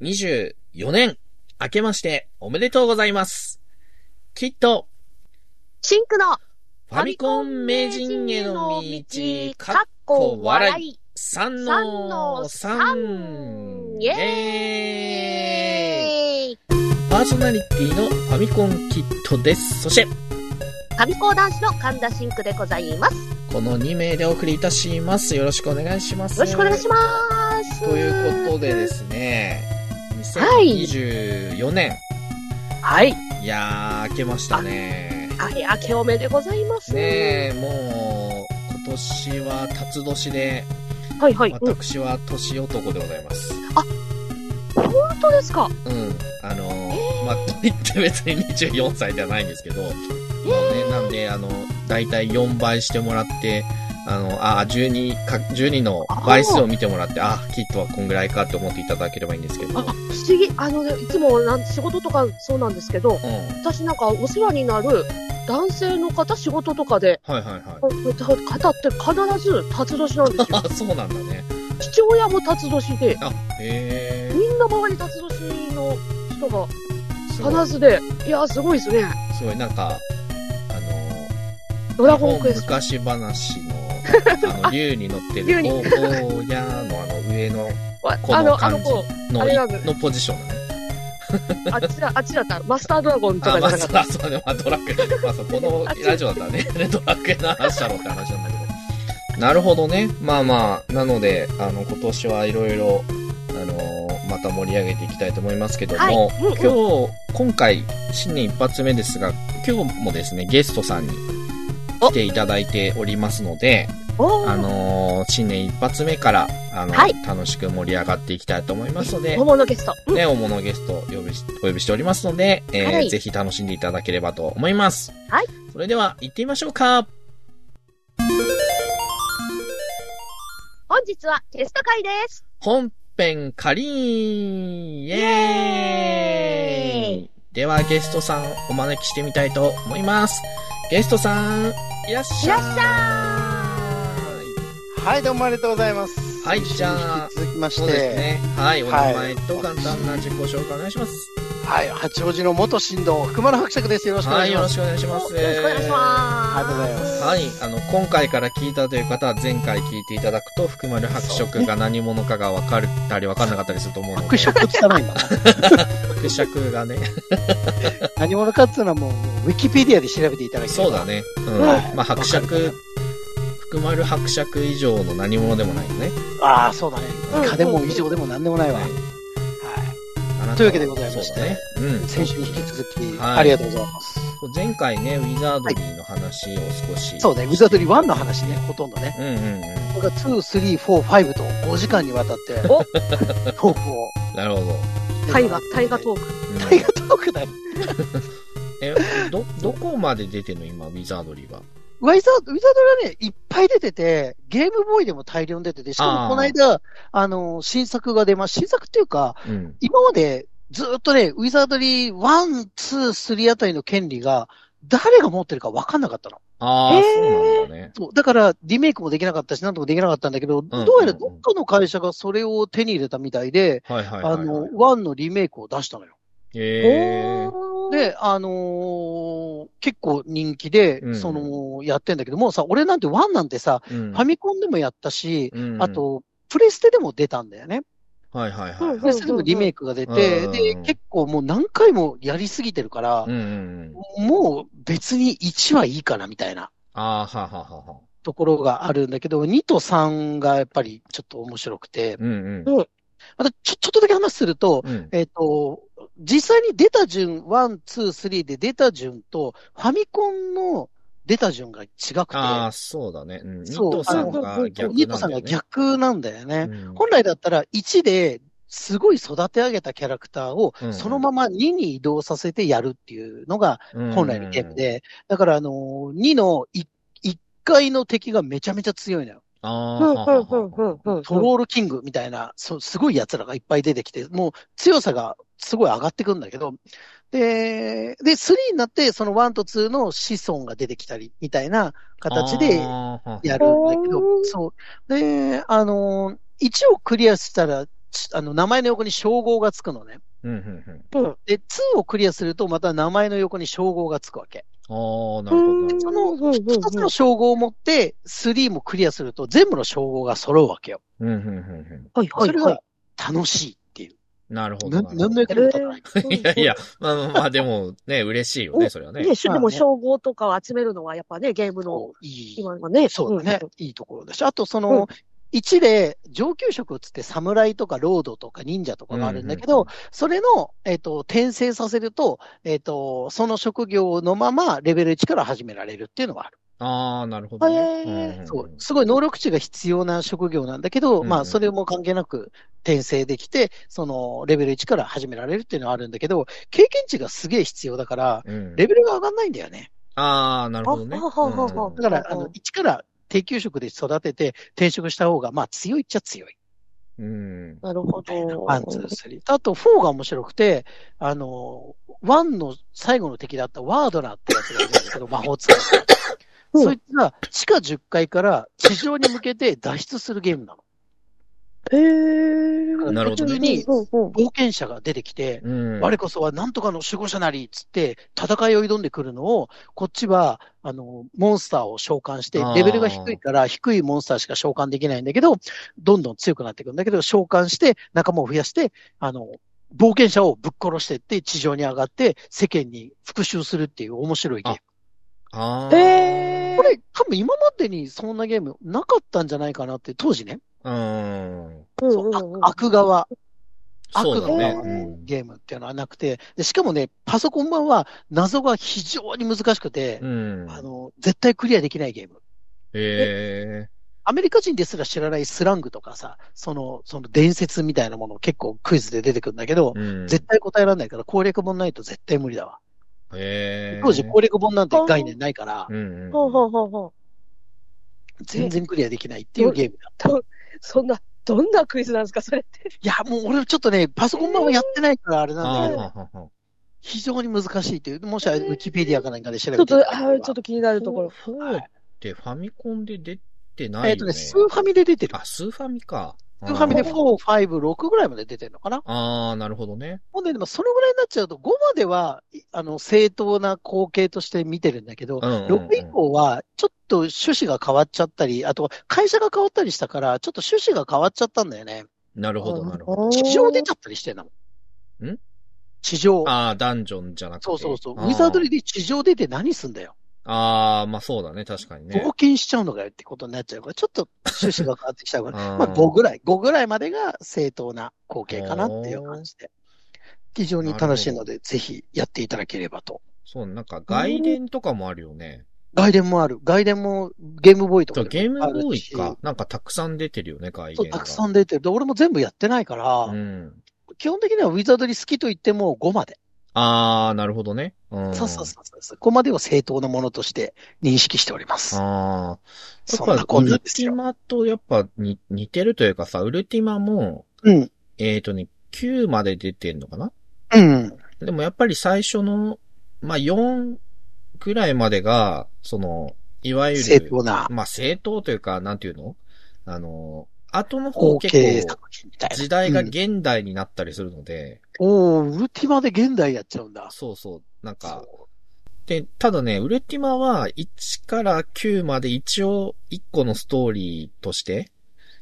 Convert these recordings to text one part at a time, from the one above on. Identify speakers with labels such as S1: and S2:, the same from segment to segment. S1: 2024年、明けましておめでとうございます。きっと、
S2: シンクの
S1: ファミコン名人への道、かっこ笑い、
S2: い。
S1: 3の
S2: の
S1: 3、
S2: 三
S1: イ
S2: イ
S1: エーイ
S2: えー、
S1: パーソナリティのファミコンキットです。そして、
S2: 神高男子の神田シンクでございます。よ
S1: この2名でお送りいたします。よろしくお願いします。
S2: ろしくお願いします。
S1: ということでですね、2024年、
S2: す。はい。
S1: い、やー、明けましたね。
S2: あれ、明けおめでございます。
S1: ねえ、もう、今年は辰年で、
S2: はいはい。うん、
S1: 私は年男でございます。
S2: 本当ですか
S1: うん。あのー、まあ、と言って別に24歳ではないんですけど、もうね、なんで、あの、だいたい4倍してもらって、あの、あ、12か、12の倍数を見てもらって、あ、キットはこんぐらいかって思っていただければいいんですけど、
S2: あ、
S1: うん
S2: 不。思議。あのね、いつもなん仕事とかそうなんですけど、
S1: は
S2: 私なんかお世話になる男性の方、仕事とかで、
S1: いはいはい。
S2: 方って必ず辰年なんで すよ。
S1: あ、そうなんだね。
S2: 父親も辰年で、
S1: あ、へ
S2: みんな周り辰年の人が
S1: え。すご
S2: 必
S1: い。
S2: ずで、いや、すごいですね。
S1: すごい、なんか、あのー、
S2: ドラゴンクエスト。
S1: 昔話の、あの、竜に乗って
S2: 竜
S1: る、
S2: に
S1: おーやーのあの上の、こ
S2: あ
S1: の
S2: の、あ
S1: 感
S2: の
S1: じ
S2: 子、あれな
S1: の、
S2: んです
S1: のポジションだね。
S2: あっ ちだ、あっちだった。マスタードラゴンと
S1: あ、
S2: かじ
S1: ま
S2: ゃ
S1: あ、
S2: な
S1: そ
S2: か
S1: う
S2: っ
S1: だ、
S2: た。
S1: そうだ、まあ、ドラクエだけど、まあ、そうこのラジオだったらね、ド ラクエの話だろうって話なんだけど。なるほどね。まあまあ、なので、あの、今年はいろいろ、あのーまた盛り上げていきたいと思いますけども、
S2: はいうんうん
S1: 今日、今回、新年一発目ですが、今日もですね、ゲストさんに来ていただいておりますので、
S2: お
S1: あ
S2: ー、
S1: のー新年一発目から、あの、
S2: はい
S1: 楽しく盛り上がっていきたいと思いますので、
S2: 桃のゲスト。うん
S1: ね、おものゲストを呼びしお呼びしておりますので、えー
S2: はい
S1: ぜひ楽しんでいただければと思います。
S2: はい。
S1: それでは、行ってみましょうか。
S2: 本日はテスト会です。
S1: 本編仮イエーイ
S2: イエーイ
S1: では、ゲストさん、お招きしてみたいと思います。ゲストさん、いらっし
S2: い
S1: ゃ
S2: ら
S1: い。
S2: っしゃ
S3: はい、どうもありがとうございます。
S1: はい
S3: 一緒に
S1: じゃあ
S3: 引き続きまし
S1: そう
S3: て、
S1: ですね。はい、お名前と
S3: はい
S1: 簡単な自己紹介お願いします。
S3: はい、八王子の元神道、福間の伯爵です。よろしくお
S1: は
S3: 願い
S1: い、
S3: し
S1: よろ
S3: ます。
S1: しくお願いし
S2: ー
S1: ます。
S2: よろしくお願いします。
S3: ありがとうございます
S1: はい、あの、今回から聞いたという方は前回聞いていただくと、含まれる伯爵が何者かが分かったり分かんなかったりすると思うので、
S3: 伯爵って言ったの今。
S1: 伯爵がね、
S3: 何者かっていうのはもう、ウィキペディアで調べていただければ
S1: そうだ。ね。うん。
S3: はい
S1: まあ、伯爵、含まれる伯爵以上の何者でもないよね。
S3: ああ、そうだね。
S2: うん
S3: 家でも以上でも何でもないわ。
S1: は
S3: はいい。
S1: あなたは
S3: というわけでございまし
S1: そ
S3: て
S1: うだね。うん。
S3: 先週に引き続き、
S1: はい
S3: ありがとうございます。
S1: 前回ね、ウィザードリーの話を少し。
S3: そうね、ウィザードリー1の話ね、ほとんどね。
S1: うんうんうん。
S3: これが2、3、4、5と5時間にわたって、トークを。
S1: なるほど。
S2: タイガ、タイガトーク。
S1: うん
S3: タイガトークだよ。
S1: え、ど、どこまで出てんの今、ウィザードリーは。
S3: ウィザード、ウィザードがね、いっぱい出てて、ゲームボーイでも大量に出てて、しか
S1: あー
S3: もこの間、あの、新作が出ました。新作っていうか、
S1: うん。
S3: 今までずっとね、ウィザードリー1、2、3あたりの権利が、誰が持ってるか分かんなかったの。
S1: ああ、
S2: へー
S1: そうなんだね。
S3: そう。だから、リメイクもできなかったし、なんともできなかったんだけど、
S1: んうん
S3: どうやらどっかの会社がそれを手に入れたみたいで、
S1: はいはいはい、
S3: あ
S1: はい。
S3: の、1のリメイクを出したのよ。
S1: へー
S2: おー、
S3: で、あのー結構人気で
S1: うん、
S3: その、やってんだけど、もうさ、俺なんて1なんてさ、
S1: うん
S3: ファミコンでもやったし、
S1: うん
S3: あ、と、プレステでも出たんだよね。
S1: はいはいはい。
S2: うん
S3: プレステでもリメイクが出て、
S1: うん
S3: で、結構もう何回もやりすぎてるから
S1: う、んうんうん。
S3: もう別に1はいいかなみたいな
S1: ああ、はははは。
S3: ところがあるんだけど、2と3がやっぱりちょっと面白くて、
S1: うんうん。
S3: またちょちょっとだけ話すると、
S1: うん。
S3: えっ、と、実際に出た順、1、2、3で出た順と、ファミコンの出た順が違くて、
S1: ああ、そうだね。うん。ニ
S3: そう
S1: トさんが逆なんだよね。
S3: ニートさんが逆なんだよね。
S1: うん。
S3: 本来だったら1ですごい育て上げたキャラクターを
S1: うんうん
S3: そのまま2に移動させてやるっていうのが本来のゲームで、だからあのー2の 1, 階の敵がめちゃめちゃ強いのよ。
S1: うんうん。
S2: うん、うん、
S1: ああ、はは
S2: うん、うん、うん。
S3: トロールキングみたいな、そうすごい奴らがいっぱい出てきて、もう強さがすごい上がってくんだけど、で、で、3になってその1と2の子孫が出てきたりみたいな形で
S1: ああはは
S3: やるんだけ
S2: お
S3: ど、
S2: ー
S3: そう。で、あのー、1をクリアしたらしあの、名前の横に称号がつくのね。
S1: うん、うん、
S3: で、2をクリアすると、また名前の横に称号がつくわけ。
S1: うん。ああ、なる
S2: う
S1: ほど
S2: ん。
S1: なるほ
S3: その
S2: うんうんうん
S3: 一つの称号を持って、3もクリアすると、全部の称号が揃うわけよ。
S1: ど。うん、うん、うんう
S2: はいは
S3: そ
S2: い
S3: れ
S2: は
S3: が楽しいっていう。
S1: ん。なるほ
S3: な
S1: ど。
S3: ん
S1: なるほ
S3: 何の
S1: ど
S2: い。
S3: 役にも立たな
S2: えー
S3: い。
S1: いやいや、まあまあまあ、でもね、嬉しいよね、それは
S2: ね、
S1: ね。
S2: でも称号とかを集めるのはやっぱね、ゲームの
S3: こういい。
S2: 今はね。
S3: そうだね
S2: ん。。
S3: いいところだし。あと、その、1で上級職つって侍とかロードとか忍者とかがあるんだけ
S1: う
S3: ど、それの、えっと、転生させると、えっと、その職業のままレベル1から始められるっていうのがある。
S1: ああ、なるほどね。
S2: へー
S1: んんん
S3: そう。すごい能力値が必要な職業なんだけど、
S1: うん
S3: まあ、それも関係なく転生できて、その、レベル1から始められるっていうのはあるんだけど、経験値がすげえ必要だから、
S1: うん
S3: レベルが上がんないんだよね。
S1: ああ、なるほどね。
S2: あはははは
S3: だから、あ
S2: うんう
S3: の、
S2: ん
S3: 1から低給食で育てて転職した方が、まあ、強いっちゃ強い。
S1: うん。うん
S2: なるほど。
S3: ワン、ツー、スリー。あと、4が面白くて、あの、1の最後の敵だったワードナーってやつがいるんだ けど、魔法使い。
S2: うん
S3: そいつが地下10階から地上に向けて脱出するゲームなの。
S2: へー
S1: なるほどね
S2: 普通にうんうん
S3: 冒険者が出てきて、
S1: うん。
S3: 我こそはなんとかの守護者なりっつって、戦いを挑んでくるのを、こっちは、あの、モンスターを召喚して
S1: あー、
S3: レベルが低いから、低いモンスターしか召喚できないんだけど、どんどん強くなっていくんだけど、召喚して、仲間を増やして、あの、冒険者をぶっ殺してって、地上に上がって、世間に復讐するっていう面白いゲーム。
S1: ああ。
S2: へー
S3: これ、多分今までにそんなゲームなかったんじゃないかなって、当時ね、
S1: うん。
S2: うんうんうん
S3: 悪側、
S1: そうだね
S2: 悪。
S1: う
S2: の
S1: ん
S3: ゲームっていうのはなくて、でしかもね、パソコン版は謎が非常に難しくて、
S1: うん。
S3: あの、絶対クリアできないゲーム。
S1: へえ。
S3: アメリカ人ですら知らないスラングとかさ、その、その伝説みたいなもの結構クイズで出てくるんだけど、
S1: うん
S3: 絶対答えられないから攻略本ないと絶対無理だわ。
S1: へえ。
S3: 当時攻略本なんて概念ないから、
S1: うんうん。
S2: ほうほうほうほう。
S3: 全然クリアできないっていうゲームだ。
S2: どそんな、どんなクイズなんですか、それって。
S3: いや、もう俺ちょっとね、パソコン版はやってないからあれなんだ
S1: あ
S3: け
S1: ー
S3: ど、
S1: ははは
S3: 非常に難しいという、もしあれウィキペディアかなんかで調べ
S2: ちょ
S3: て
S2: っ
S3: いただ
S2: と、
S3: ければ
S2: あーちょっと気になるところ。
S1: フォーってファミコンで出てないよね。
S3: えっとね、スーファミで出てる。
S1: あ、スーファミか。
S3: スーファミで
S1: あー
S3: 4、5、6ぐらいまで出てるのかな
S1: ああ、なるほどね。
S3: ほんで、でもそのぐらいになっちゃうと、5までは、いあの、正当な光景として見てるんだけど、
S1: うんうんうん
S3: 6以降は、ちょっと趣旨が変わっちゃったり、あと、会社が変わったりしたから、ちょっと趣旨が変わっちゃったんだよね。
S1: なるほど、なるほど。
S3: 地上出ちゃったりしてんだもん。
S1: ん
S3: 地上。
S1: ああ、ダンジョンじゃなくて。
S3: そうそうそう。ウ
S1: あー
S3: ィザードリーで地上出て何すんだよ。
S1: ああ、まあそうだね、確かにね。
S3: 冒険しちゃうのかよってことになっちゃうから、ちょっと趣旨が変わってきちゃうから、
S1: あー
S3: まあ5ぐらい、5ぐらいまでが正当な光景かなっていう感じで。非常に楽しいので、ぜひやっていただければと。
S1: そう、なんか外伝とかもあるよね。
S3: 外伝もある。外伝もゲームボーイと
S1: そ
S3: か
S1: う、ゲームボーイか。なんかたくさん出てるよね、外
S3: そう、
S1: 伝が。
S3: たくさん出てる。で、俺も全部やってないから、
S1: うん。
S3: 基本的にはウィザードに好きと言っても5まで。
S1: ああ、なるほどね。うん。
S3: そうそうそうそう。ここまでを正当なものとして認識しております。
S1: ああ。
S3: そん
S1: や
S3: な
S1: っぱ、
S3: こ
S1: ウ
S3: んな
S1: ル
S3: です
S1: テ
S3: よ
S1: ィ。マとやっぱに似てるというかさ、ウルティマも、
S3: うん。
S1: えっ、とね、9まで出てんのかな
S3: うん。
S1: でもやっぱり最初の、まあ4ぐらいまでが、その、いわゆる、
S3: 正当な
S1: まあ正当というか、なんていうのあの、後の方
S3: 合
S1: 結
S3: 計
S1: 構
S3: 作品みたいな。
S1: 時代が
S3: うん
S1: 現代になったりするので、
S3: おー、ウルティマで現代やっちゃうんだ。
S1: そうそう、なんか、
S3: そ
S1: で、ただね、ウルティマは1から9まで一応1個のストーリーとして、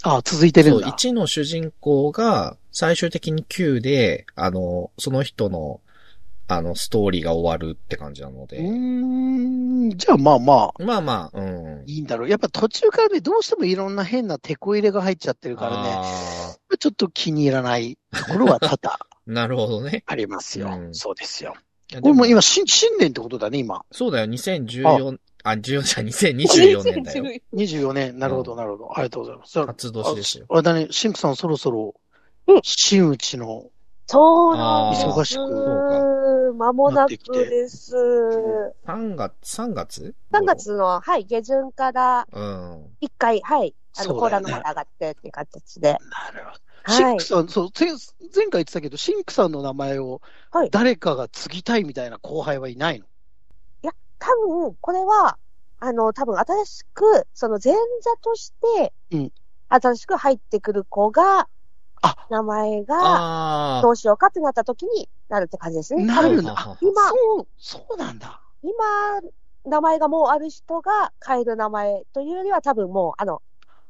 S3: うあー、続いてる
S1: そ
S3: ん
S1: う、
S3: だ。
S1: 1の主人公が最終的に9で、あの、その人の、あの、ストーリーが終わるって感じなの
S3: う
S1: で、
S3: ーん、じゃあまあまあ、
S1: まあまあ、うん。
S3: いいんだろう。やっぱ途中からね、どうしてもいろんな変なテこ入れが入っちゃってるからね、
S1: あ
S3: ちょっと気に入らないところは多々
S1: ーなるほど ね。
S3: ありますよ。
S1: うん
S3: そうですよ。
S1: いや
S3: これもう、
S1: でも
S3: 今、新新年ってことだね、今。
S1: そうだよ、2014、あ、14じゃ2024年だ よ。
S3: 24年。なるほ
S1: う
S3: ど、
S1: ん
S3: なるほど。ありがとうございます。あ
S1: 初年ですよ。
S3: あれだね、シンプさんそろそろ
S2: うん、
S3: 真打ちの、
S2: そうなんです。
S1: 忙
S3: しく
S2: 間もなくです。
S1: 3月、3月
S2: 3月の、はい、下旬から
S1: うん。
S2: 一回、はい、あの、
S3: そ
S2: コ
S3: う
S2: ー
S3: だ
S2: ラ
S3: よね
S2: の方上がってっていう形で。
S3: なるほど。シ
S2: は
S3: ン
S2: い
S3: ク。さん、そう、前前回言ってたけど、シンクさんの名前を
S2: はい、
S3: 誰かが継ぎたいみたいな後輩はいないの
S2: 多分、これは、あの、多分新しく、その前座として
S3: うん、
S2: 新しく入ってくる子が、
S3: あ、
S2: 名前が、
S1: あ
S2: どうしようかってなった時になるって感じですね。
S3: な
S1: あ。
S3: るんだ
S1: な
S2: 今、
S3: そう、そうなんだ。
S2: 今、名前がもうある人が変える名前というよりは多分もう、あの、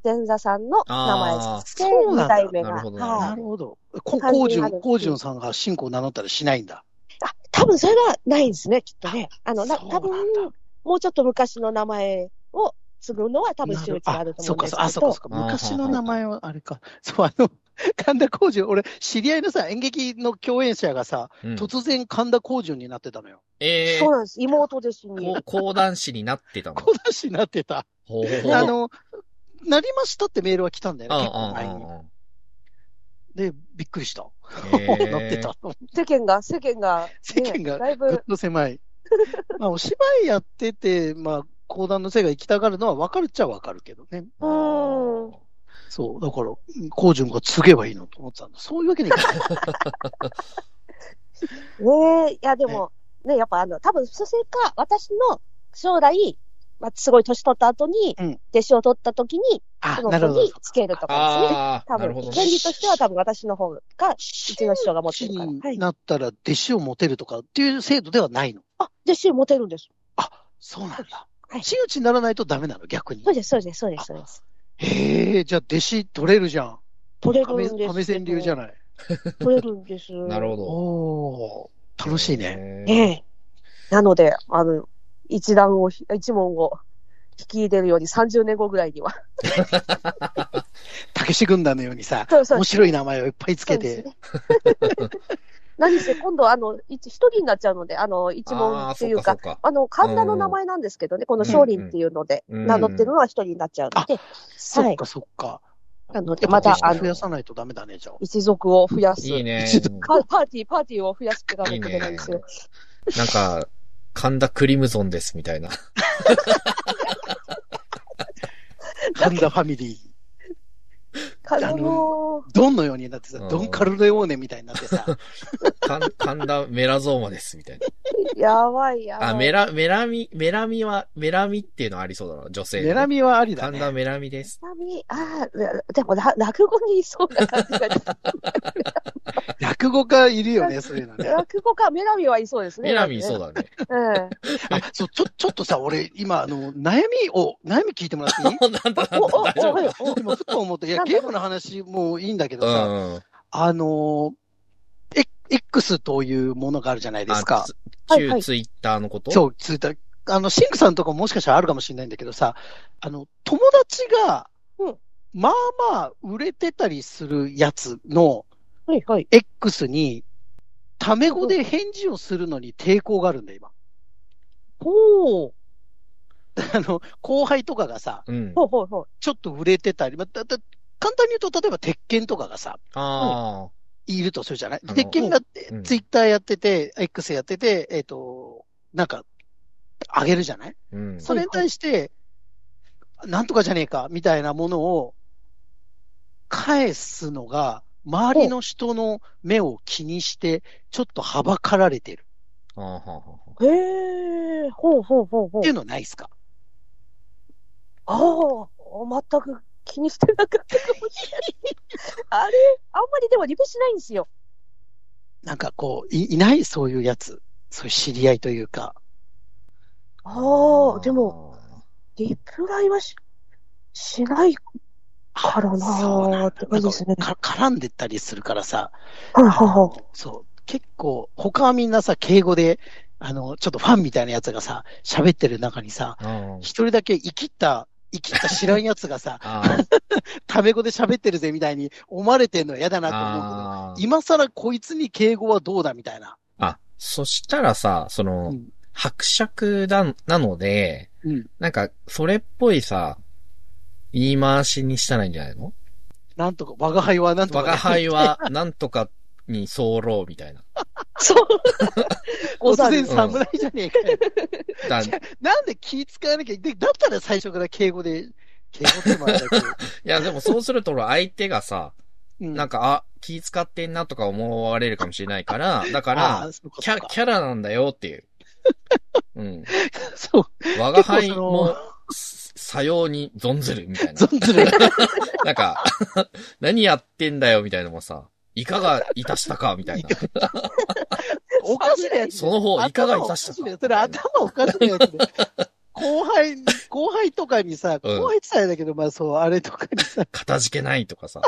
S2: 前座さんの名前
S1: あー
S2: で、
S3: そうなん
S2: 二
S3: だ
S2: 代目が。
S1: なるほどなるほど
S2: は
S3: ないる。ほど。こ、
S2: 感じ
S3: こう
S2: に
S3: じゅ、
S2: なんる
S3: こうじゅんさんが信仰を名乗ったりしないんだ。
S2: あ、多分それがないんですね、きっとね。あの、な、
S3: そう
S2: 多
S3: なんだ
S2: 分、もうちょっと昔の名前を継ぐのは多分
S3: な
S2: 周
S3: る
S2: 知があると思うんですけど。
S3: あ、そうか、そうあ、そうか、そうか。
S1: あー
S3: 昔の名前は、あれか。 そう、あの、神田浩二、俺、知り合いのさ、演劇の共演者がさ、
S1: うん
S3: 突然神田浩二になってたのよ。
S1: え
S2: そうなんです。妹です
S1: ー、こ
S2: に
S1: う。講談師になってたの。
S3: 小出しになってた。
S1: ほう
S3: あの、なりましたってメールは来たんだよね、結構前に。
S1: う
S3: で、びっくりした。
S1: んうんうんうん。へー
S3: なってた。
S2: 世間が、世間が、ね
S3: 世間が
S2: だい
S3: ぐっ
S2: ぶ、
S3: と狭い。まあ、お芝居やってて、まあ、講談の世界行きたがるのは分かるっちゃ分かるけどね。
S1: あー
S3: そう、だから、コージュンが継げばいいのと思ってたんだ。そういうわけにいか ない。
S2: ねえ、いやでも、ね、やっぱあの、多分それか、私の将来、まあ、すごい年取った後に、
S3: うん
S2: 弟子を取った時に、
S3: あ
S2: そ、の
S3: なる
S2: 子
S3: ほど。
S2: につけるとかですね。
S1: あー、
S2: 多
S1: なる
S2: 分、
S1: ほどね
S2: 権利としては多分私の方が、うちの師匠が持って
S3: 師
S2: るから。はい
S3: に。なったら弟子を持てるとかっていう制度ではないの。
S2: あ、弟子持てるんです。
S3: そうなんだ。
S2: はい
S3: 真打ちにならないとダメなの、逆に
S2: そ。うです、そうです、そうです、そうです。
S3: へえ、じゃあ弟子取れるじゃん。
S2: 取れるん
S3: 亀
S2: ですけど。
S3: 亀仙流じゃない。
S2: 取れるん です。
S1: なるほど。
S3: おー、楽しいね。
S2: ええ。なので、あの、一段を、一問を引き入れるように30年後ぐらいには。
S3: たけし軍団のようにさ、
S2: そうそう
S3: 面。白い名前をいっぱいつけ
S2: そう
S3: て
S2: で。 何せ今度、あの、一一人になっちゃうので、あの、一問
S1: ああ、
S2: って
S1: そ
S2: いうう
S1: か
S2: か、
S1: そ
S2: あ
S1: うか。
S2: の、神田の名前なんですけどね、この少林っていうので、
S1: うんうん
S2: 名乗ってるのは一人になっちゃうので、
S3: そっかそっか。
S2: なので、また、あ
S1: そう
S2: の
S1: そ
S3: 増
S1: う、
S3: やさないとダメだね、じゃあ。
S2: 一族を増やす。
S1: いいね。
S3: ちょっと
S2: パパーティー、パーティーを増やすってかなきゃいけないんですよ。
S1: なんか、神田クリムゾンですみたいな。
S3: 神田ファミリー。
S2: 神田の、
S3: ドンのようになってさ
S1: う、ん
S3: ドンカルレオーネみたいになっ てさ、
S1: かん神田メラゾーマですみたいな。
S2: やばいやばい。
S1: あ、メラ、メラミ、メラミは、メラミっていうのありそうだな、女性のね。
S3: メラミはありだ
S1: 神田
S3: ね。
S1: メラミです。
S2: ちなみに、ああ、でもら、落語にいそうな感じが。
S3: 落語家いるよね、そういうのね。
S2: 落語家、メラミはいそうですね。
S1: メラミそう
S2: だ。
S1: だね。
S2: うん。
S3: あ、そう、ちょ、 ちょっとさ、俺、今、あの、悩みを、悩み聞いてもら ってい
S1: な
S3: い
S1: んだなんだ、大
S2: お、お、お、
S1: 丈夫
S2: はいお、
S3: 今、ふと思って、いや、
S2: なんだ
S3: ゲームの話もいいんだけどさ、
S1: うん。
S3: あのー、え X というものがあるじゃないですか。
S1: あ、
S2: は
S1: つ
S2: いは
S1: 旧
S2: い
S1: ツイッターのこと
S3: そう、ツイッター。あの、シンクさんとかももしかしたらあるかもしれないんだけどさ、あの、友達が
S2: うん、
S3: まあまあ、売れてたりするやつの、
S2: はい、はい。
S3: X に、タメ語で返事をするのに抵抗があるんだよ、今。
S2: ほう。
S3: あの、後輩とかがさ、
S1: う。うん。
S2: ほうほうほう。
S3: ちょっと売れてたり、まあだだ簡単に言うと、例えば、鉄拳とかがさ、
S1: あ
S3: いるとするじゃない
S1: あの
S3: 鉄拳が
S1: うん
S3: ツイッターやってて、X やってて、えっ、と、なんか、あげるじゃない
S1: あ。うん。
S3: それに対して、なんとかじゃねえか、みたいなものを、返すのが、周りの人の目を気にして、ちょっとはばかられてる。
S1: あーはーはーはー
S2: へえ、ほうほうほうほう
S3: ってい。うのないですか
S2: ああ、全く気にしてなかったかもしれない。あれ、あんまりでもリプしないんですよ。
S3: なんかこう、いいないそういうやつ。そういう知り合いというか。
S2: ああ、でも、、リプライはし、しないからな
S3: そう
S2: ーって
S3: な
S2: 感
S3: ん
S2: じ
S3: か
S2: ですね。
S3: か絡んでったりするからさ。
S2: はいはいはい。
S3: そう。結構、他はみんなさ、敬語で、あの、ちょっとファンみたいなやつがさ、喋ってる中にさ、
S1: うん、
S3: 一人だけ生きった、生きった知らんやつがさ
S1: あ
S3: タメ語で喋ってるぜみたいに思われてんのは嫌だなと思う
S1: あ
S3: けど、今更こいつに敬語はどうだみたいな。
S1: あ、そしたらさ、その、
S3: うん
S1: 伯爵だ、なので、
S3: うん
S1: なんか、それっぽいさ、言い回しにしたらいいんじゃないの
S3: なんとか、我が輩はなんとか
S1: 我
S3: ね、
S1: が輩は、なんとかに候みたいな。
S2: そう。 ご
S3: 突
S2: ざる
S3: 然侍じゃねえかよ。
S1: だ
S3: じ
S1: い
S3: ゃなんで気使わなきゃいけない。だったら最初から敬語で、敬語って言われた けど。
S1: や、でもそうすると、相手がさ、
S3: うん
S1: なんか、あ、気使ってんなとか思われるかもしれないから、だか
S3: あ
S1: ら
S3: ー、そうか
S1: キャ、キャラなんだよっていう。うん。
S3: そう
S1: 我が輩
S3: 結構その
S1: も、すさように存ずるみたいな
S3: ゾ。ンズル。
S1: なんか、 何やってんだよみたいなのもさ、いかがいたしたかみたいな。
S3: おかしなやつ。
S1: その方、いかがいたした
S3: 頭おかしなや
S1: か
S3: つそれ頭おかしなやつで。後輩、後輩とかにさ、
S1: うん
S3: 後輩って言ったらあれだけど、まあそう、あれとかにさ、
S1: かたじけないとかさ。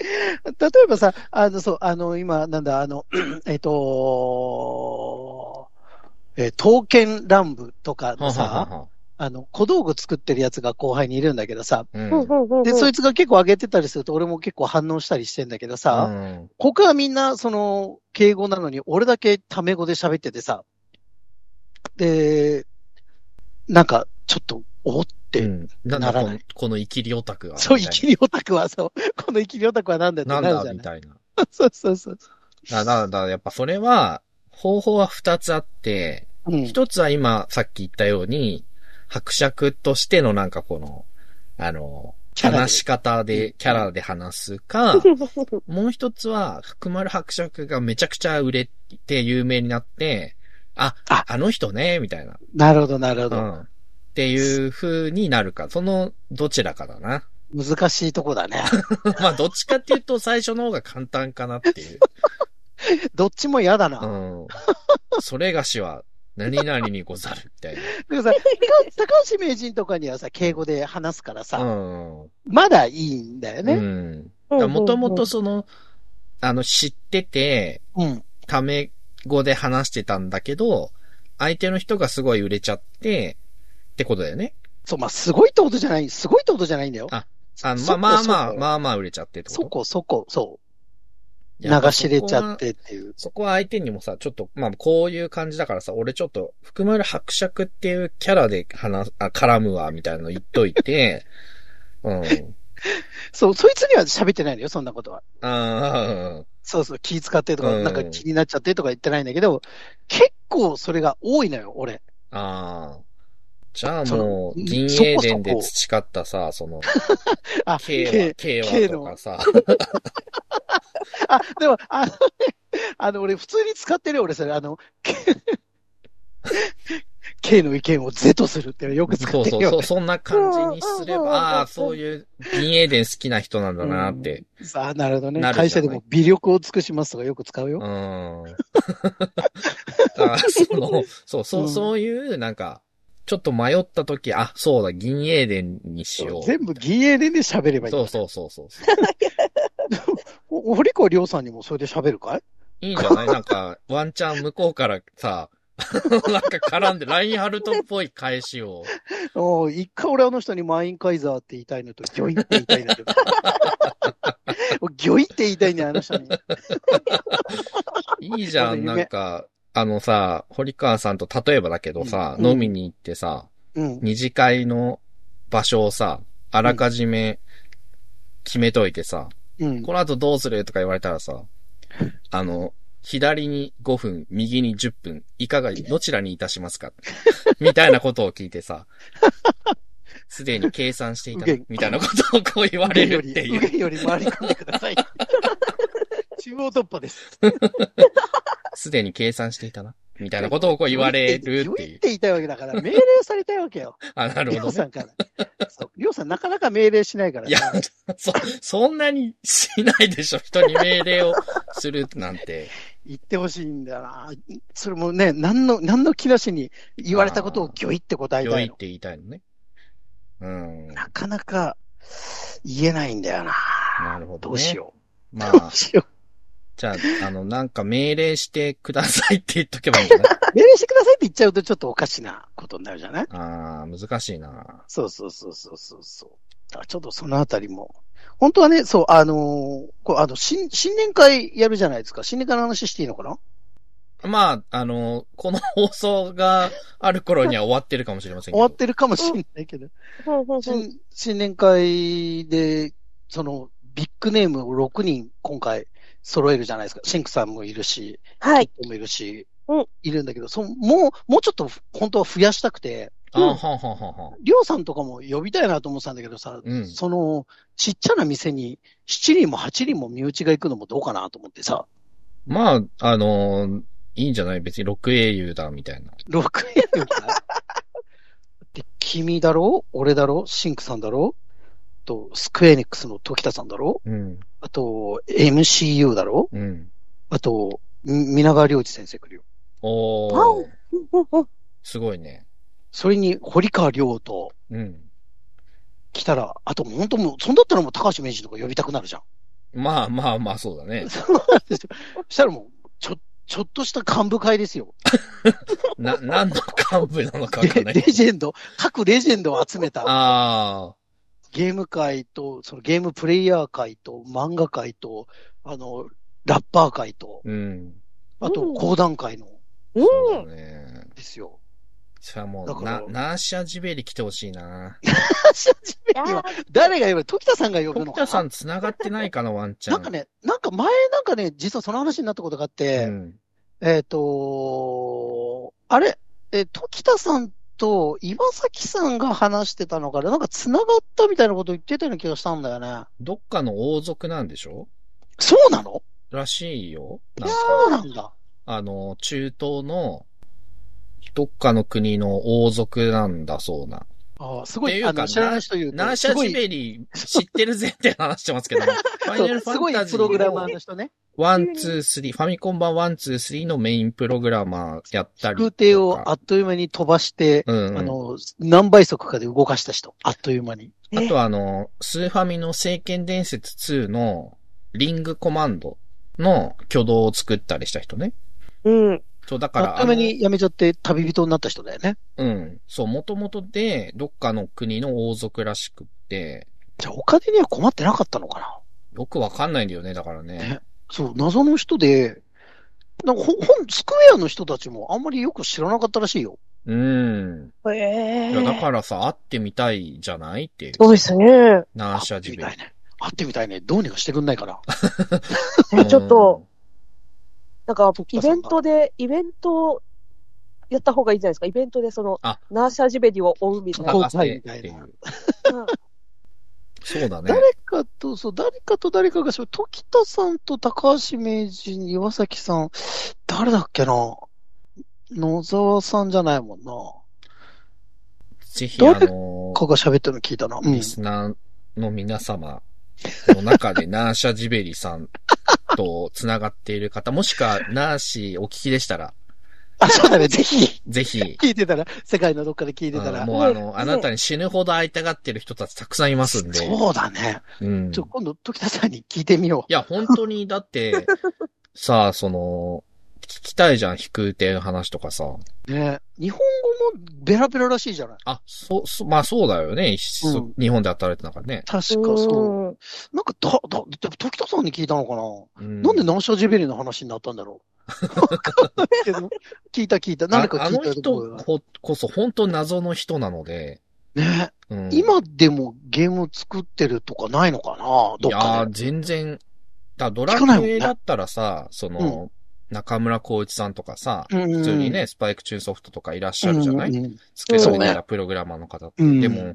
S3: 例えばさ、あの、そう、あの、今、なんだ、あの、 えっと、えー刀剣乱舞とかのさ、
S1: は
S3: あの、小道具作ってるやつが後輩にいるんだけどさ、
S1: うん。
S2: うんうんうんうん
S3: で、そいつが結構上げてたりすると、俺も結構反応したりしてんだけどさ、
S1: うん
S3: 他はみんな、その、敬語なのに、俺だけタメ語で喋っててさ、で、なんか、ちょっと、おって、
S1: うんなん
S3: な
S1: だ
S3: ら
S1: こ
S3: な
S1: の
S3: い、
S1: この生きりオタクは。
S3: そう、
S1: み
S3: 生
S1: たい
S3: きりオタクは、そう、 この生きりオタクはなんだって
S1: な
S3: な
S1: な
S3: る
S1: ん
S3: じ
S1: だ
S3: ゃ
S1: み
S3: ない。
S1: たいな。
S3: そうそうそう。
S1: だ、だ、だ、やっぱそれは、方法は二つあって、
S3: うん。
S1: 一つは今、さっき言ったように、伯爵としてのなんかこの、あの、
S3: キャラで
S1: 話し方で、キャラで話す か、 もう一つは、福丸伯爵がめちゃくちゃ売れて有名になって、あ、
S3: あ
S1: あの人ね、みたいな。
S3: なるほど、なるほ
S1: う
S3: ど。
S1: ん。っていう風になるか。その、どちらかだな。
S3: 難しいとこだね。
S1: まあ、どっちかっていうと、最初の方が簡単かなって いう。
S3: どっちも嫌だ
S1: う
S3: な。
S1: ん。それがしは、何々にござる、みたい
S3: でもさ、高高橋名人とかにはさ、敬語で話すから
S1: な。
S3: さ、
S1: うん。
S3: まだいいんだよ
S1: う
S3: ね。
S1: ん。もともとその、あの、知ってて、
S3: うん。
S1: タメ語で話してたんだけど、相手の人がすごい売れちゃって、ってことだよね。
S3: そう、まあ、すごいってことじゃない、すごいってことじゃないんだよ。
S1: ああの
S3: そ
S1: まあまあまあ、
S3: そこ
S1: まあまあ売れちゃってってこと
S3: そこそこ、そ。
S1: いうや
S3: 流し入れち
S1: そこ
S3: ゃっ。
S1: は
S3: てっていう。
S1: そこは相手にもさ、ちょっと、まあこういう感じだからさ、俺ちょっと、含まれる伯爵っていうキャラで話、あ、絡むわ、みたいなの言っといて、 うん。
S3: そう、そいつには喋ってないのよ、そんなことは。
S1: あ
S3: そうそう、気使ってとか、
S1: うん
S3: なんか気になっちゃってとか言ってないんだけど、結構それが多いのよ、俺。
S1: あ、ああ。じゃあ
S3: そ
S1: も
S3: の
S1: う、銀
S3: そこ
S1: 英
S3: そ
S1: 伝
S3: こ
S1: で培ったさ、そ の、
S3: あ、
S1: K は、K は
S3: K
S1: と
S3: の
S1: かさ。
S3: あ、でも、あのね、 あの、俺普通に使ってるよ、俺それ、あの、K, K の意見を是とするっていうのよく使
S1: そ
S3: っ
S1: う
S3: て
S1: そ
S3: る
S1: うそ
S3: よ
S1: う、。そんな感じにすれ
S2: うんうんうんうんうん
S1: ば、ああ、そういう、銀英伝好きな人なんだなって。
S3: さあ、なるほどね。
S1: なるじゃない
S3: 会社でも微力を尽くしますとかよく使う
S1: う
S3: よ。
S1: ん。だから、その、そう、そうう、
S3: ん
S1: そういう、なんか、ちょっと迷った時、あ、そうだ、銀英伝にしよう。
S3: 全部銀英連で喋ればいい。
S1: そうそうそうそう。
S3: お堀川亮さんにもそれで喋るかい
S1: いいんじゃないなんか、ワンチャン向こうからさ、 なんか絡んで、ラインハルトっぽい返しを。
S3: おー一回俺あの人にマインカイザーって言いたいのと、ギョイって言いた いのと。ギョイって言いたいね、あの人に。
S1: いいじ ゃん、
S3: まだ
S1: な
S3: 夢
S1: んか、あのさ、堀川さんと例えばだけどさ、
S3: うん
S1: 飲みに行ってさ、
S3: うん。
S1: 二次会の場所をさ、あらかじめ決めといてさ、
S3: うん。
S1: この後どうするとか言われたらさ、あの、左に5分、右に10分、いかが、どちらにいたします かみたいなことを聞いてさ、すでに計算していた
S3: うげん、
S1: みたいなことをこう言われ
S3: 腕よ
S1: るって
S3: り、
S1: いう。
S3: 腕より回り込んでく ださい。中央突破です。
S1: すでに計算していたな。みたいなことをこう言われる
S3: ギ
S1: っ
S3: ョ
S1: て
S3: イ
S1: い
S3: っ
S1: う
S3: て。言いたいわけだから、命令されたいわけよ。
S1: あ、なる
S3: りょ
S1: ほ
S3: う
S1: ど
S3: さ
S1: ね。
S3: んから。そうりょうさんなかなか命令しないから
S1: いや
S3: さ。、
S1: そ、 そんなにしないでしょ。人に命令をするなんて。
S3: 言ってほしいんだよな。それもね、何の、何の気なしに言われたことをギョイって答え
S1: 良
S3: た
S1: い
S3: い
S1: っ
S3: の。
S1: て言いたいのね。うん。な
S3: なかなか言えないんだよな。
S1: るほど、ね。
S3: どうしよ
S1: う。
S3: う。
S1: ま
S3: ど
S1: あ
S3: う、しよう。
S1: じゃあ、あの、なんか命令してくださいって言っとけばいいんじゃない
S3: 命令してくださいって言っちゃうとちょっとおかしなことになるじゃない
S1: ああ、難しいな。
S3: そうそうそうそうそうそう。だからちょっとそのあたりも。本当はね、そう、あのーこうあの新、新年会やるじゃないですか。新年会の話していいのかな
S1: まあ、あの、この放送がある頃には終わってるかもしれませんけ
S3: 終
S1: ど。
S3: わってるかもしれないけど。新新年会で、その、ビッグネームを6人今回揃えるじゃないですか。シンクさんもいるし、
S2: はい。
S3: キッドもいるし、
S2: うん
S3: いるんだけど、そのもう、もうちょっと本当は増やしたくて、
S1: あはんはんはんはん。
S3: りょうさんとかも呼びたいなと思ってたんだけどさ、
S1: うん
S3: その、ちっちゃな店に7人も8人も身内が行くのもどうかなと思ってさ、
S1: まあ、あの、いいんじゃない別に6英雄だ、みたいな。
S3: 6円とか。で君だろう俺だろうシンクさんだろうと、スクエニックスの時田さんだろう
S1: うん。
S3: あと、MCU だろう
S1: うん。
S3: あと、み皆川良一先生来るよ。
S1: お
S2: わ
S1: ー
S2: お。うんうんうん
S1: すごいね。
S3: それに、堀川亮と
S1: うん。
S3: 来たら、あと本当もう、そんだったらもう高橋名人とか呼びたくなるじゃん。
S1: まあまあまあ、そうだね。
S3: そうなんですよ。したらもう、ちょ、ちょっとした幹部会ですよ。
S1: な、何の幹部なのかわか
S3: で
S1: んない
S3: レ。ジェンド、各レジェンドを集めた
S1: ああ。
S3: ゲーム会と、そのゲームプレイヤー会と、漫画会と、あの、ラッパー会と、
S1: うん。
S3: あと
S2: うん
S3: 講談会の、
S1: そうだね。
S3: ですよ。
S1: じゃあも
S3: だ
S1: う、
S3: から
S1: な、ナーシア・ジベリ来てほしいな。
S3: 久しぶりには誰が呼ぶ時田さんが呼ぶの
S1: 徳
S3: か
S1: 田
S3: な
S1: さん繋がってないかな、ワンちゃん。
S3: なんかね、なんか前なんかね、実はその話になったことがあって、
S1: うん。
S3: えっ、とあれ、えー、時田さんと岩崎さんが話してたのかな、なんか繋がったみたいなこと言ってたような気がしたんだよね。
S1: どっかの王族なんでしょ
S3: そうなの
S1: らしいよ。なんか
S3: そうなんだ。
S1: あの、中東の、どっかの国の王族なんだそうな。
S3: ああ、すご
S1: ってい、
S3: いう
S1: か
S3: あの、知らない人言うと、
S1: ナーシ
S3: す
S1: ャ・
S3: ご
S1: ジ
S3: い、
S1: ベリー知ってる前提の話してますけど、ファイナルフ
S3: そうす
S1: ァ
S3: ご
S1: ン
S3: い
S1: タジ
S3: プログラ
S1: ー
S3: マ
S1: を
S3: ーの人ね。
S1: ワン、ツー、スリー、ファミコン版ワン、ツー、スリーのメインプログラマーやったりとか。
S3: 空艇をあっという間に飛ばして、
S1: うん、うん。
S3: あの、何倍速かで動かした人、あっという間に。
S1: あとはあの、スーファミの聖剣伝説2のリングコマンドの挙動を作ったりした人ね。
S2: うん。
S1: そう、だか
S3: あ
S1: ら、
S3: っという間
S1: あ
S3: に辞めちゃって旅人になった人だよね。
S1: のうん。そう、もともとで、どっかの国の王族らしくって、
S3: じゃあ、お金には困ってなかったのかな
S1: よくわかんないんだよね、だからね
S3: ね。そう、謎の人で、なんかほ本、スクエアの人たちもあんまりよく知らなかったらしいよ。
S1: うん。
S2: へえ
S1: いや、だからさ、会ってみたいじゃないっていう。
S2: そうですね。
S1: ナーシャジベ
S3: 会ってみたいね。会ってみたいね。どうにかしてくんないかな。
S1: リ。
S2: ねちょっと、
S1: うん。
S2: なんか、イベントで、イベントをやった方がいいんじゃないですか。イベントで、その
S1: あ、
S2: ナーシャジベリを追うみたいな。
S1: 戦っ
S3: 戦
S1: て
S3: い
S1: っ
S3: みたいな
S1: ていう。
S2: うん
S1: そうだね。
S3: 誰かと、そう、誰かと誰かが、そう時田さんと高橋名人、岩崎さん、誰だっけな。野沢さんじゃないもんな。
S1: ぜひ、あの
S3: かが喋ってるの聞いたな。うん。
S1: リスナーの皆様の中でナーシャジベリさんと繋がっている方、もしくはナーシーお聞きでしたら、
S3: あ、そうだね。ぜひ、
S1: ぜひ、
S3: 聞いてたら、世界のどっかで聞いてた
S1: あ
S3: ら。
S1: もうあの、あなたに死ぬほど会いたがってる人たちたくさんいますんで。
S3: そうだね。
S1: うん。
S3: ちょ、今度、時田さんに聞いてみよ
S1: いや、本当に、だ って、さあ、その、聞きたいじゃん、飛空艇の話とかさ。
S3: う。ね日本語もベラベラらしいじゃない
S1: あ、そ、そ、まあそうだよね。そ
S3: うん
S1: 日本で働いてたからね。
S3: 確かそう。
S2: ん。
S3: なんか、だ、だ、でも時田さんに聞いたのかな、
S1: うん
S3: なんでナーシャジベリの話になったんだろうわかんないけど 聞いた聞いた。なんでか
S1: ああ
S3: 聞い
S1: の
S3: たところ
S1: 人
S3: が
S1: ここそ本当謎の人なので、
S3: ね、
S1: うん、
S3: 今でもゲーム作ってるとかないのかな
S1: い
S3: どっ
S1: や
S3: か
S1: ー、
S3: で。
S1: 全然。だドラ
S3: 聞
S1: ク
S3: かないもんね
S1: エだったらさ、その、中村光一さんとかさ、
S3: 普
S1: 普通にね、スパイクチューンソフトとかいらっしゃ
S3: うん
S1: る
S3: うん
S1: じ
S3: う
S1: ゃ
S3: ん、
S1: ない、スケ
S2: そ
S1: ー
S2: う
S1: ル
S2: ね
S1: ならプログラマーの方。
S3: うん
S1: でも、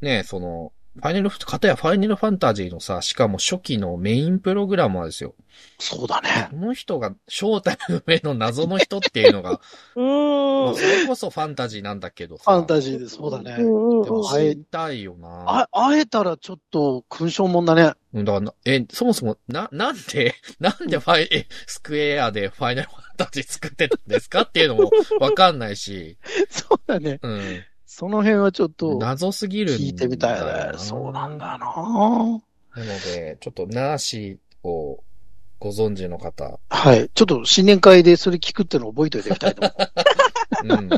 S1: ね、その、ファイナルフ、かたやファイナルファンタジーのさ、しかも初期のメインプログラマーですよ。
S3: そうだね
S1: こ。の人が正体の上の謎の人っていうの が、
S2: う
S1: ま
S2: ー
S1: あ
S2: ん
S1: そ。れこそファンタジーなんだけど
S3: フ
S1: さ。
S3: ァンタジーで、そうだ
S2: う
S3: ね。
S2: んうん
S1: でも
S2: うん
S3: は
S1: 知りたいよな。
S3: あ、会えたらちょっと、勲章もんだね。
S1: うんだからな、え、そもそも、な、なんで、 なんでファイ、え、スクエアでファイナルファンタジー作ってたんですかっていうのもわかんないし、
S3: そうだね。
S1: うん。
S3: その辺はちょっと、
S1: 謎すぎるんだ
S3: 聞いてみたいね。そうなん
S1: な
S3: だな
S1: ので、ちょっとナーシーをご存知の方、
S3: はい。ちょっと、新年会でそれ聞くっていうのを覚えておいていきたいと思う。
S1: う ん。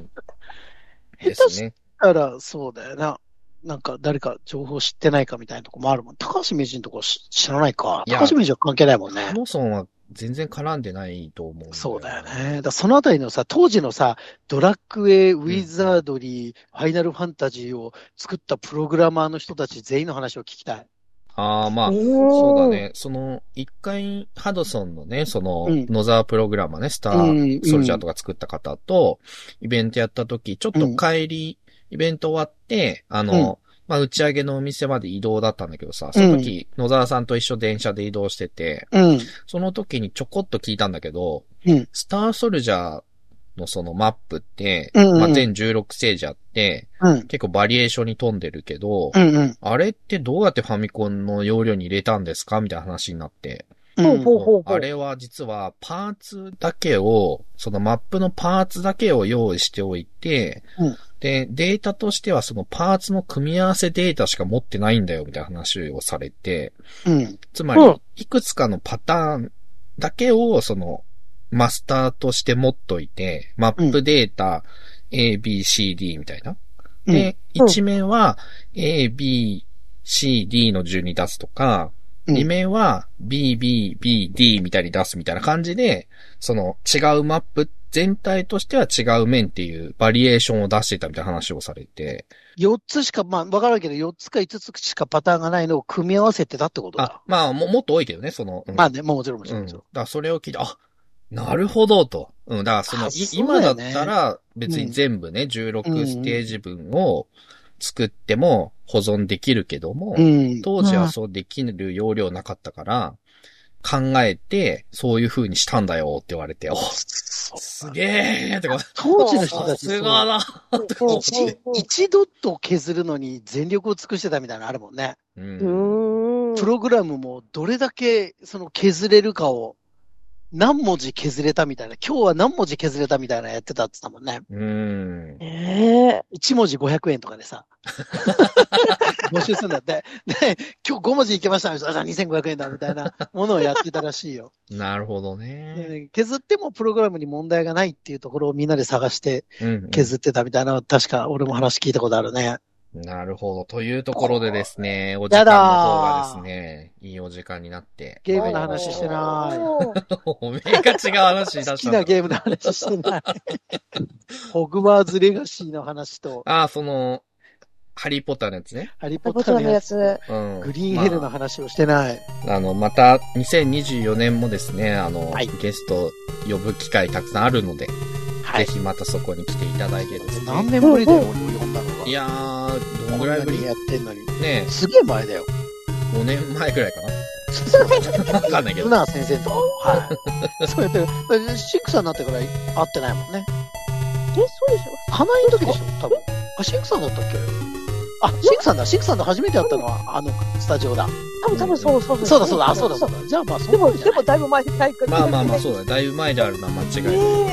S1: で
S3: 下
S1: す
S3: 手し
S1: ね。
S3: たら、そうだよな。なんか、誰か情報知ってないかみたいなとこもあるもん。高橋名人とか知知らないか。
S1: いや
S3: 高橋名人は関係ないもん
S1: ハ
S3: ね。
S1: モソンは全然絡んでないと思うんだよな
S3: そうだよね。だからそのあたりのさ、当時のさ、ドラクエ、ウィザードリー、ファイナルファンタジーを作ったプログラマーの人たち全員の話を聞きたい。
S1: ああ、まあ、そうだ
S2: そう。
S1: ね。その、一回、ハドソンのね、その、
S3: うん
S1: 野沢プログラマーね、スタ
S3: うんう
S1: ー
S3: ん、
S1: ソルジャーとか作った方と、イベントやった時、ちょっと帰り、イベント終わって、あの、まあ、打ち上げのお店まで移動だったんだけどさ、その時、野沢さんと一緒電車で移動してて、
S3: うん。
S1: その時にちょこっと聞いたんだけど、
S3: うん
S1: スターソルジャーのそのマップって、
S3: うんうん
S1: まあ、全16ステージあって、
S3: うん。
S1: 結構バリエーションに富んでるけど、
S3: うんうん。
S1: あれってどうやってファミコンの容量に入れたんですかみたいな話になって。
S2: ほうほう
S1: あれは実はパーツだけを、そのマップのパーツだけを用意しておいて、
S3: うん
S1: で、データとしてはそのパーツの組み合わせデータしか持ってないんだよみたいな話をされて、
S3: うん。
S1: つまり
S3: うん、
S1: いくつかのパターンだけをそのマスターとして持っといて、マップデータ、A, B, C, D みたいな。
S3: うん。
S1: で、
S2: うん
S1: 一面は A, B, C, D の順に出すとか、
S3: うん
S1: 二面は B, B, B, D みたいに出すみたいな感じで、その違うマップ全体としては違う面っていうバリエーションを出してたみたいな話をされて、
S3: 4つしか、まあ、わからんけど、4つか5つしかパターンがないのを組み合わせてたってこと
S1: あ
S3: だ。、
S1: まあももっと多いけどね、その、うん
S3: まあね、もうもちろんもちろ。
S1: うんん。
S3: もち
S1: だ
S3: ろん
S1: からそれを聞いて、あ、なるほどと。うん、だからその、
S3: あ
S1: い
S3: そう
S1: 今
S3: だ
S1: だ
S3: よ
S1: っ
S3: ね
S1: たら別に全部ね、16ステージ分を作っても保存できるけども、
S3: うん。
S1: 当時はそうできる容量なかったから、考えて、そういう風にしたんだよって言われて、お
S3: そう
S1: すげえってこと、
S3: 当時の人
S1: さ
S3: たち、
S1: すがだ
S2: ほうほう
S3: 一
S2: ほう
S3: 一度と削るのに全力を尽くしてたみたいなのあるもんね。
S1: う
S2: うー
S1: ん。
S2: ん。
S3: プログラムもどれだけその削れるかを何文字削れたみたいな、今日は何文字削れたみたいなのやってたって言ってたもんね。
S1: うん。
S2: ええ
S3: 1文字500円とかでさ、募集するんだって。で、今日5文字いけましたみたいな、あ2500円だみたいなものをやってたらしいよ。
S1: なるほどね。
S3: で削ってもプログラムに問題がないっていうところをみんなで探して
S1: うん。
S3: 削ってたみたいなのは確か俺も話聞いたことあるね。
S1: なるほど。というところでですね、お時間の方がですね、いいお時間になって。
S3: ゲーム
S1: はい
S3: の話してない
S2: おー
S1: おめえが違う話出したん
S3: 好
S1: だ。
S3: きなゲームの話してない。 ホグワーズレガシーの話と、
S1: ああ、その、ハリーポッターのやつね。
S3: ハリーポ
S2: ラ
S3: ッ
S2: ボト
S3: ター
S2: ラ
S3: の
S2: のや
S3: やつ。
S2: つ。
S1: うん。
S3: グリーンヘルの話をしてない。
S1: あの、また、2024年もですね、あの、
S3: はい
S1: ゲスト呼ぶ機会たくさんあるので、
S3: はい
S1: ぜひまたそこに来ていただいてです
S3: 何
S1: ね。
S3: 年ぶりだよ、俺を読んだのが。
S1: いやー、ど
S3: こ
S1: ん
S3: ん
S1: ぐらい
S3: な
S1: ぶり
S3: にやってんのに。
S1: ね
S3: すげえ前だよ。
S1: 5年前ぐらい かなわかんないけ
S3: ル
S1: ど。
S3: ナー先生と。はい。そうやって、だってシックさんになってから会ってないもんね。
S2: え、そうでしょ
S3: 花井の時でしょ、多分。あ、シックさんだったっけあ、シックさんだ。シックさんと初めて会ったのは、あの、スタジオだ。
S2: 多分多分そうそう
S3: そうだそうだ、あ、そうだそうだ。じゃあまあ、
S2: で
S3: そ
S2: も、
S3: うだ。
S2: でもだいぶ前だいぶ
S1: まあまあまあ、
S2: そ
S1: そうだね。だいぶ前であるのは間違いないので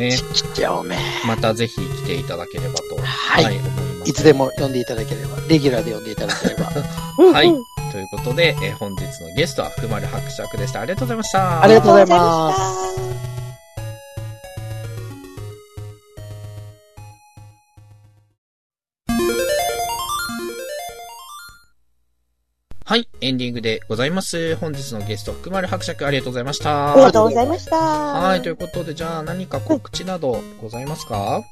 S1: ですね。
S3: ちっちゃいおめえ。
S1: またぜひ来ていただければと、
S3: はい
S1: 思います。
S3: いつでも読んでいただければ、レギュラーで読んでいただけ れば。
S2: う
S1: はい
S2: うんうん
S1: ということで、えー本日のゲストは福丸伯爵でした。ありがとうございました。
S3: ありがとうござい
S2: あり
S3: ま
S2: がとうござい
S3: す
S2: ま。した
S1: はい、エンディングでございます。本日のゲスト、福丸伯爵、ありがとうございました。
S2: ありがとうございました。
S1: はい、ということで、じゃあ何か告知などございますか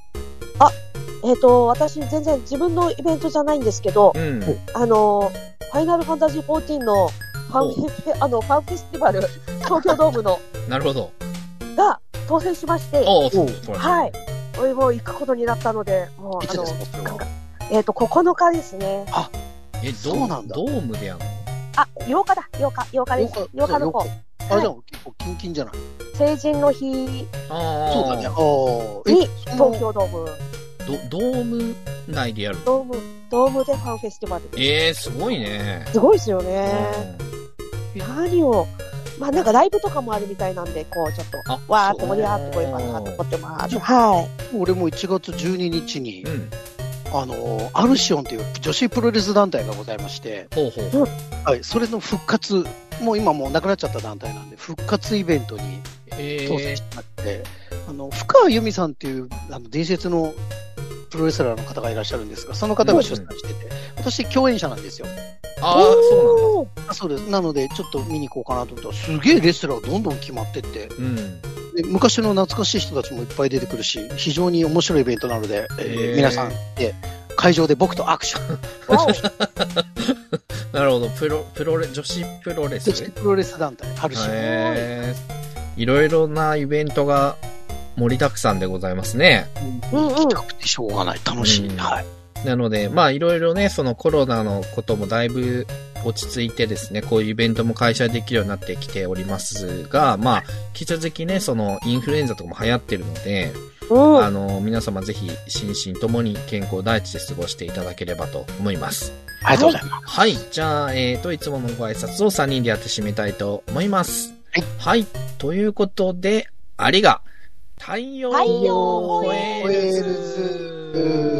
S2: えっ、と、私、全然自分のイベントじゃないんですけど
S1: う、ん。
S2: あの、ファイナルファンタジー14のファンフェ、あの、ファンフェスティバル、東京ドームの、
S1: なるほど。
S2: が当選しまして、
S1: おお、
S3: お
S1: そう
S3: う
S1: そう
S2: はい。これも行くことになったので、もう、
S3: い
S2: あ
S3: つで
S2: の
S3: す、か、それは。
S2: えっ、と、9日ですね。
S1: え、ど
S3: そうなんだ
S1: ドームでやんの
S2: あ、8日だ、8日、8日です。
S3: そう
S2: 8, 日の方
S3: 8、日あ、じゃあ結構キンキンじゃない
S2: 成人の日、
S1: ああ、
S3: そうだね。ああ。
S2: に
S3: え、その
S2: 東京ドーム、
S1: どドーム内でやるの
S2: ドーム、ドームでファンフェスティバル。
S1: ええー、すごいね。
S2: すごいですよ
S1: う
S2: ね。
S1: ん
S2: 何を、まあなんかライブとかもあるみたいなんで、こうちょっと、
S1: あ
S2: わーっと盛り上がってこようかなと思ってます。はい。
S3: 俺も1月12日に
S1: う、ん。
S3: あの、アルシオンという女子プロレス団体がございまして、
S1: ほうほう。
S3: はい、それの復活、もう今もうなくなっちゃった団体なんで、復活イベントに
S1: え
S3: 当
S1: え
S3: 選してもらって、あの、深川由美さんっていう、あの、伝説のプロレスラーの方がいらっしゃるんですが、その方が出産してて、私共演者なんですよ。
S1: ああ、そう
S2: う
S3: あそうです。なので、ちょっと見に行こうかなと思ったら、すげえレスラーどんどん決まってって、
S1: なんだ。うん。
S3: で昔の懐かしい人たちもいっぱい出てくるし、非常に面白いイベントなので、えー
S1: へー
S3: 皆さんで会場で僕と握手、
S2: なんだ。
S1: なるほど。プロ、プロレ、女子プロレス
S3: そしてプロレス団体、あるし、
S1: ええいろいろなイベントが盛りだくさんでございますね。
S2: うんうん。
S3: 近くてしょうがない、楽しい。
S1: うん
S3: はい。
S1: なので、まあいろいろね、そのコロナのこともだいぶ落ち着いてですね、こういうイベントも開催できるようになってきておりますが、まあ、引き続きね、そのインフルエンザとかも流行ってるので、
S2: うん。
S1: あの、皆様ぜひ、心身ともに健康第一で過ごしていただければと思います。
S3: ありがとうございます。
S1: はい。じゃあ、えー、と、いつものご挨拶を3人でやって締めたいと思います。
S3: はい。
S1: はい。ということで、ありが、太陽
S2: 太陽
S1: を
S2: を
S1: 超
S2: 超
S1: え
S2: え
S1: る
S3: る
S1: ず
S3: ず